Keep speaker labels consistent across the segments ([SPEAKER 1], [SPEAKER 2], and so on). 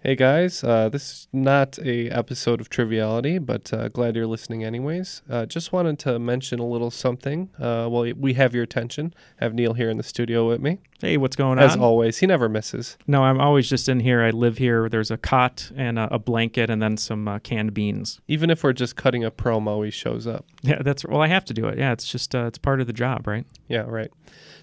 [SPEAKER 1] Hey guys, uh, this is not a episode of Triviality, but uh, glad you're listening anyways. Uh, just wanted to mention a little something. Uh, well, we have your attention. I have Neil here in the studio with me,
[SPEAKER 2] Hey, what's going
[SPEAKER 1] as
[SPEAKER 2] on?
[SPEAKER 1] always. He never misses.
[SPEAKER 2] no, I'm always just in here. I live here. There's a cot and a, a blanket and then some uh, canned beans.
[SPEAKER 1] Even if we're just cutting a promo, he shows up.
[SPEAKER 2] Yeah, that's well, I have to do it. Yeah, it's just uh, it's part of the job, right?
[SPEAKER 1] Yeah, right.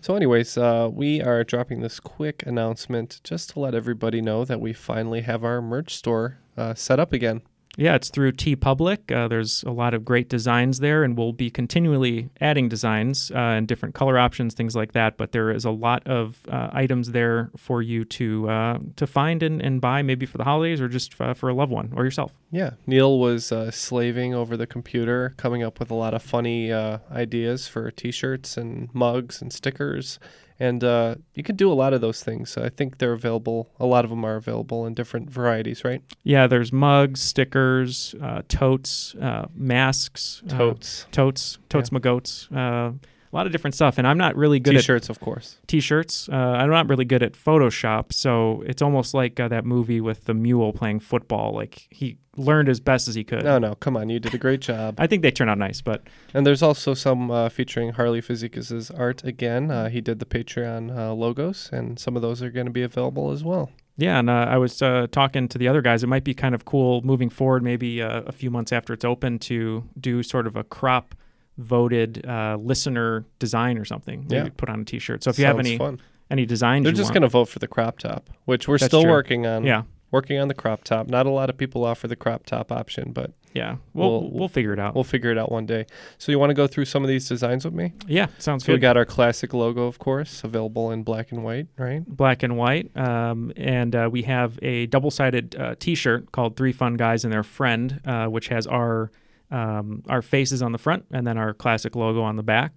[SPEAKER 1] So, anyways, uh, we are dropping this quick announcement just to let everybody know that we finally have our merch store uh, set up again.
[SPEAKER 2] Yeah, it's through T Public. Uh, there's a lot of great designs there, and we'll be continually adding designs uh, and different color options, things like that. But there is a lot of uh, items there for you to uh, to find and, and buy, maybe for the holidays or just uh, for a loved one or yourself.
[SPEAKER 1] Yeah, Neil was uh, slaving over the computer, coming up with a lot of funny uh, ideas for T-shirts and mugs and stickers, and uh, you can do a lot of those things. I think they're available. A lot of them are available in different varieties, right?
[SPEAKER 2] Yeah, there's mugs, stickers, uh, totes, uh, masks, uh,
[SPEAKER 1] Totes,
[SPEAKER 2] totes, totes,
[SPEAKER 1] Yeah.
[SPEAKER 2] my goats, uh, a lot of different stuff. And I'm not really good at
[SPEAKER 1] T-shirts, of course.
[SPEAKER 2] t-shirts. Uh, I'm not really good at Photoshop, so it's almost like uh, that movie with the mule playing football. Like he learned as best as he could.
[SPEAKER 1] No, no, come on, you did a great job.
[SPEAKER 2] I think they turn out nice, but
[SPEAKER 1] And there's also some uh, featuring Harley Physicus's art again. Uh, he did the Patreon uh, logos, and some of those are going to be available as well.
[SPEAKER 2] yeah. And uh, I was uh, talking to the other guys. It might be kind of cool moving forward, maybe uh, a few months after it's open, to do sort of a crop voted uh, listener design or something. Maybe
[SPEAKER 1] Yeah.
[SPEAKER 2] put on a t-shirt. So if you have
[SPEAKER 1] Sounds
[SPEAKER 2] any
[SPEAKER 1] fun.
[SPEAKER 2] any designs,
[SPEAKER 1] They're
[SPEAKER 2] you
[SPEAKER 1] just
[SPEAKER 2] want-
[SPEAKER 1] going to vote for the crop top, which we're
[SPEAKER 2] That's
[SPEAKER 1] still
[SPEAKER 2] true.
[SPEAKER 1] working on.
[SPEAKER 2] yeah.
[SPEAKER 1] working on the crop top. Not a lot of people offer the crop top option, but
[SPEAKER 2] Yeah, we'll
[SPEAKER 1] We'll-
[SPEAKER 2] we'll, figure it out.
[SPEAKER 1] we'll figure it out one day. So you want to go through some of these designs with me?
[SPEAKER 2] yeah, sounds
[SPEAKER 1] So we
[SPEAKER 2] good.
[SPEAKER 1] got our classic logo, of course, available in black and white, right?
[SPEAKER 2] Black and white, um, and uh, we have a double-sided uh, T-shirt called Three Fun Guys and Their Friend," uh, which has our um, our faces on the front and then our classic logo on the back.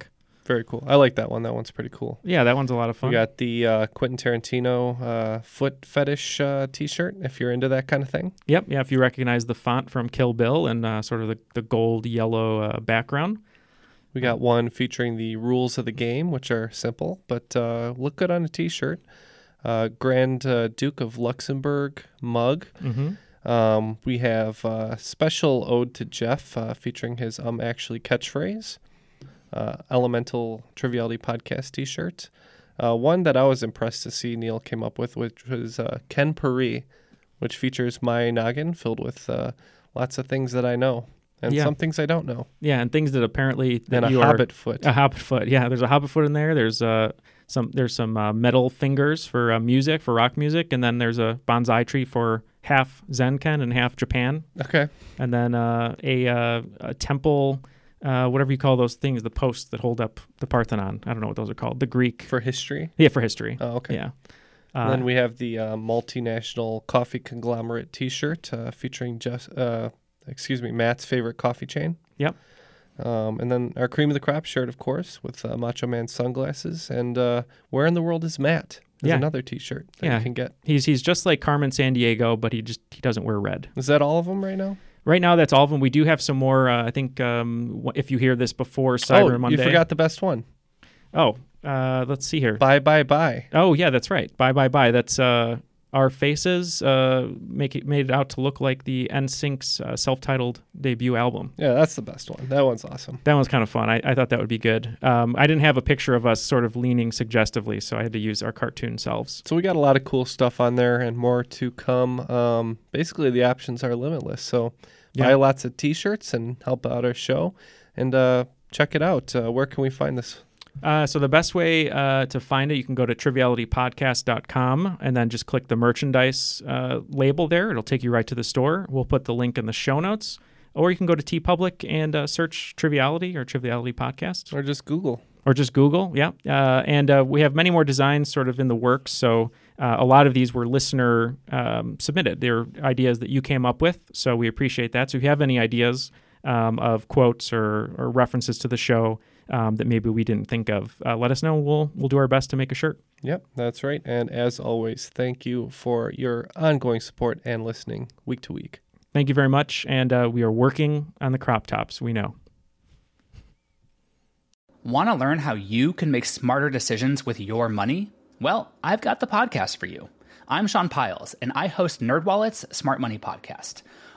[SPEAKER 1] Very cool. I like that one. That one's pretty cool.
[SPEAKER 2] Yeah, that one's a lot of fun.
[SPEAKER 1] We got the uh, Quentin Tarantino uh, foot fetish uh, T-shirt. If you're into that kind of thing,
[SPEAKER 2] Yep, yeah. If you recognize the font from Kill Bill and uh, sort of the, the gold yellow uh, background,
[SPEAKER 1] we
[SPEAKER 2] Oh.
[SPEAKER 1] got one featuring the rules of the game, which are simple but uh, look good on a T-shirt. Uh, Grand uh, Duke of Luxembourg mug.
[SPEAKER 2] mm-hmm.
[SPEAKER 1] Um, we have uh, special ode to Jeff uh, featuring his um actually catchphrase, uh, elemental triviality podcast T-shirt. Uh, one that I was impressed to see Neil came up with, which was uh, Ken Pari, which features my noggin filled with uh, lots of things that I know and
[SPEAKER 2] Yeah.
[SPEAKER 1] some things I don't know,
[SPEAKER 2] yeah, and things that apparently that
[SPEAKER 1] and a
[SPEAKER 2] you are-
[SPEAKER 1] hobbit foot.
[SPEAKER 2] A hobbit foot, yeah. There's a hobbit foot in there. There's uh, some there's some uh, metal fingers for uh, music for rock music, and then there's a bonsai tree for half Zenken and half Japan,
[SPEAKER 1] okay,
[SPEAKER 2] and then uh, a, uh, a temple, uh, whatever you call those things, the posts that hold up the Parthenon. I don't know what those are called. The Greek,
[SPEAKER 1] for history.
[SPEAKER 2] yeah, for history.
[SPEAKER 1] Oh, okay.
[SPEAKER 2] Yeah.
[SPEAKER 1] And
[SPEAKER 2] Uh,
[SPEAKER 1] then we have the uh, multinational coffee conglomerate T-shirt uh, featuring Jeff, uh, excuse me, Matt's favorite coffee chain.
[SPEAKER 2] Yep.
[SPEAKER 1] Um, and then our cream of the crop shirt, of course, with uh, Macho Man sunglasses and uh, Where in the World is Matt? Is
[SPEAKER 2] Yeah.
[SPEAKER 1] another T-shirt that
[SPEAKER 2] Yeah.
[SPEAKER 1] you can get.
[SPEAKER 2] He's he's just like Carmen San Diego, but he just he doesn't wear red.
[SPEAKER 1] Is that all of them right now?
[SPEAKER 2] Right now, that's all of them. We do have some more. Uh, I think um, wh- if you hear this before Cyber
[SPEAKER 1] oh,
[SPEAKER 2] Monday.
[SPEAKER 1] you forgot the best one.
[SPEAKER 2] Oh, uh, let's see here.
[SPEAKER 1] Bye bye bye.
[SPEAKER 2] Oh yeah, that's right. Bye bye bye. That's uh, our faces uh, make it made it out to look like the NSYNC's uh, self-titled debut album.
[SPEAKER 1] Yeah, that's the best one. That one's awesome.
[SPEAKER 2] That one's kind of fun. I, I thought that would be good. Um, I didn't have a picture of us sort of leaning suggestively, so I had to use our cartoon selves.
[SPEAKER 1] So we got a lot of cool stuff on there and more to come. Um, basically, the options are limitless. So buy
[SPEAKER 2] Yeah.
[SPEAKER 1] lots of T-shirts and help out our show, and uh, check it out. Uh, where can we find this?
[SPEAKER 2] Uh, so the best way uh, to find it, you can go to trivialitypodcast.com and then just click the merchandise uh, label there. It'll take you right to the store. We'll put the link in the show notes, or you can go to T Public and uh, search Triviality or Triviality Podcast.
[SPEAKER 1] Or just Google
[SPEAKER 2] or just Google. Yeah. Uh, and uh, we have many more designs sort of in the works. So uh, a lot of these were listener um, submitted. They're ideas that you came up with. So we appreciate that. So if you have any ideas um, of quotes or, or references to the show um, that maybe we didn't think of, uh, let us know. We'll, we'll do our best to make a shirt.
[SPEAKER 1] Yep, that's right. And as always, thank you for your ongoing support and listening week to week.
[SPEAKER 2] Thank you very much. And uh, we are working on the crop tops, we know.
[SPEAKER 3] Want to learn how you can make smarter decisions with your money? Well, I've got the podcast for you. I'm Sean Piles, and I host NerdWallet's Smart Money Podcast.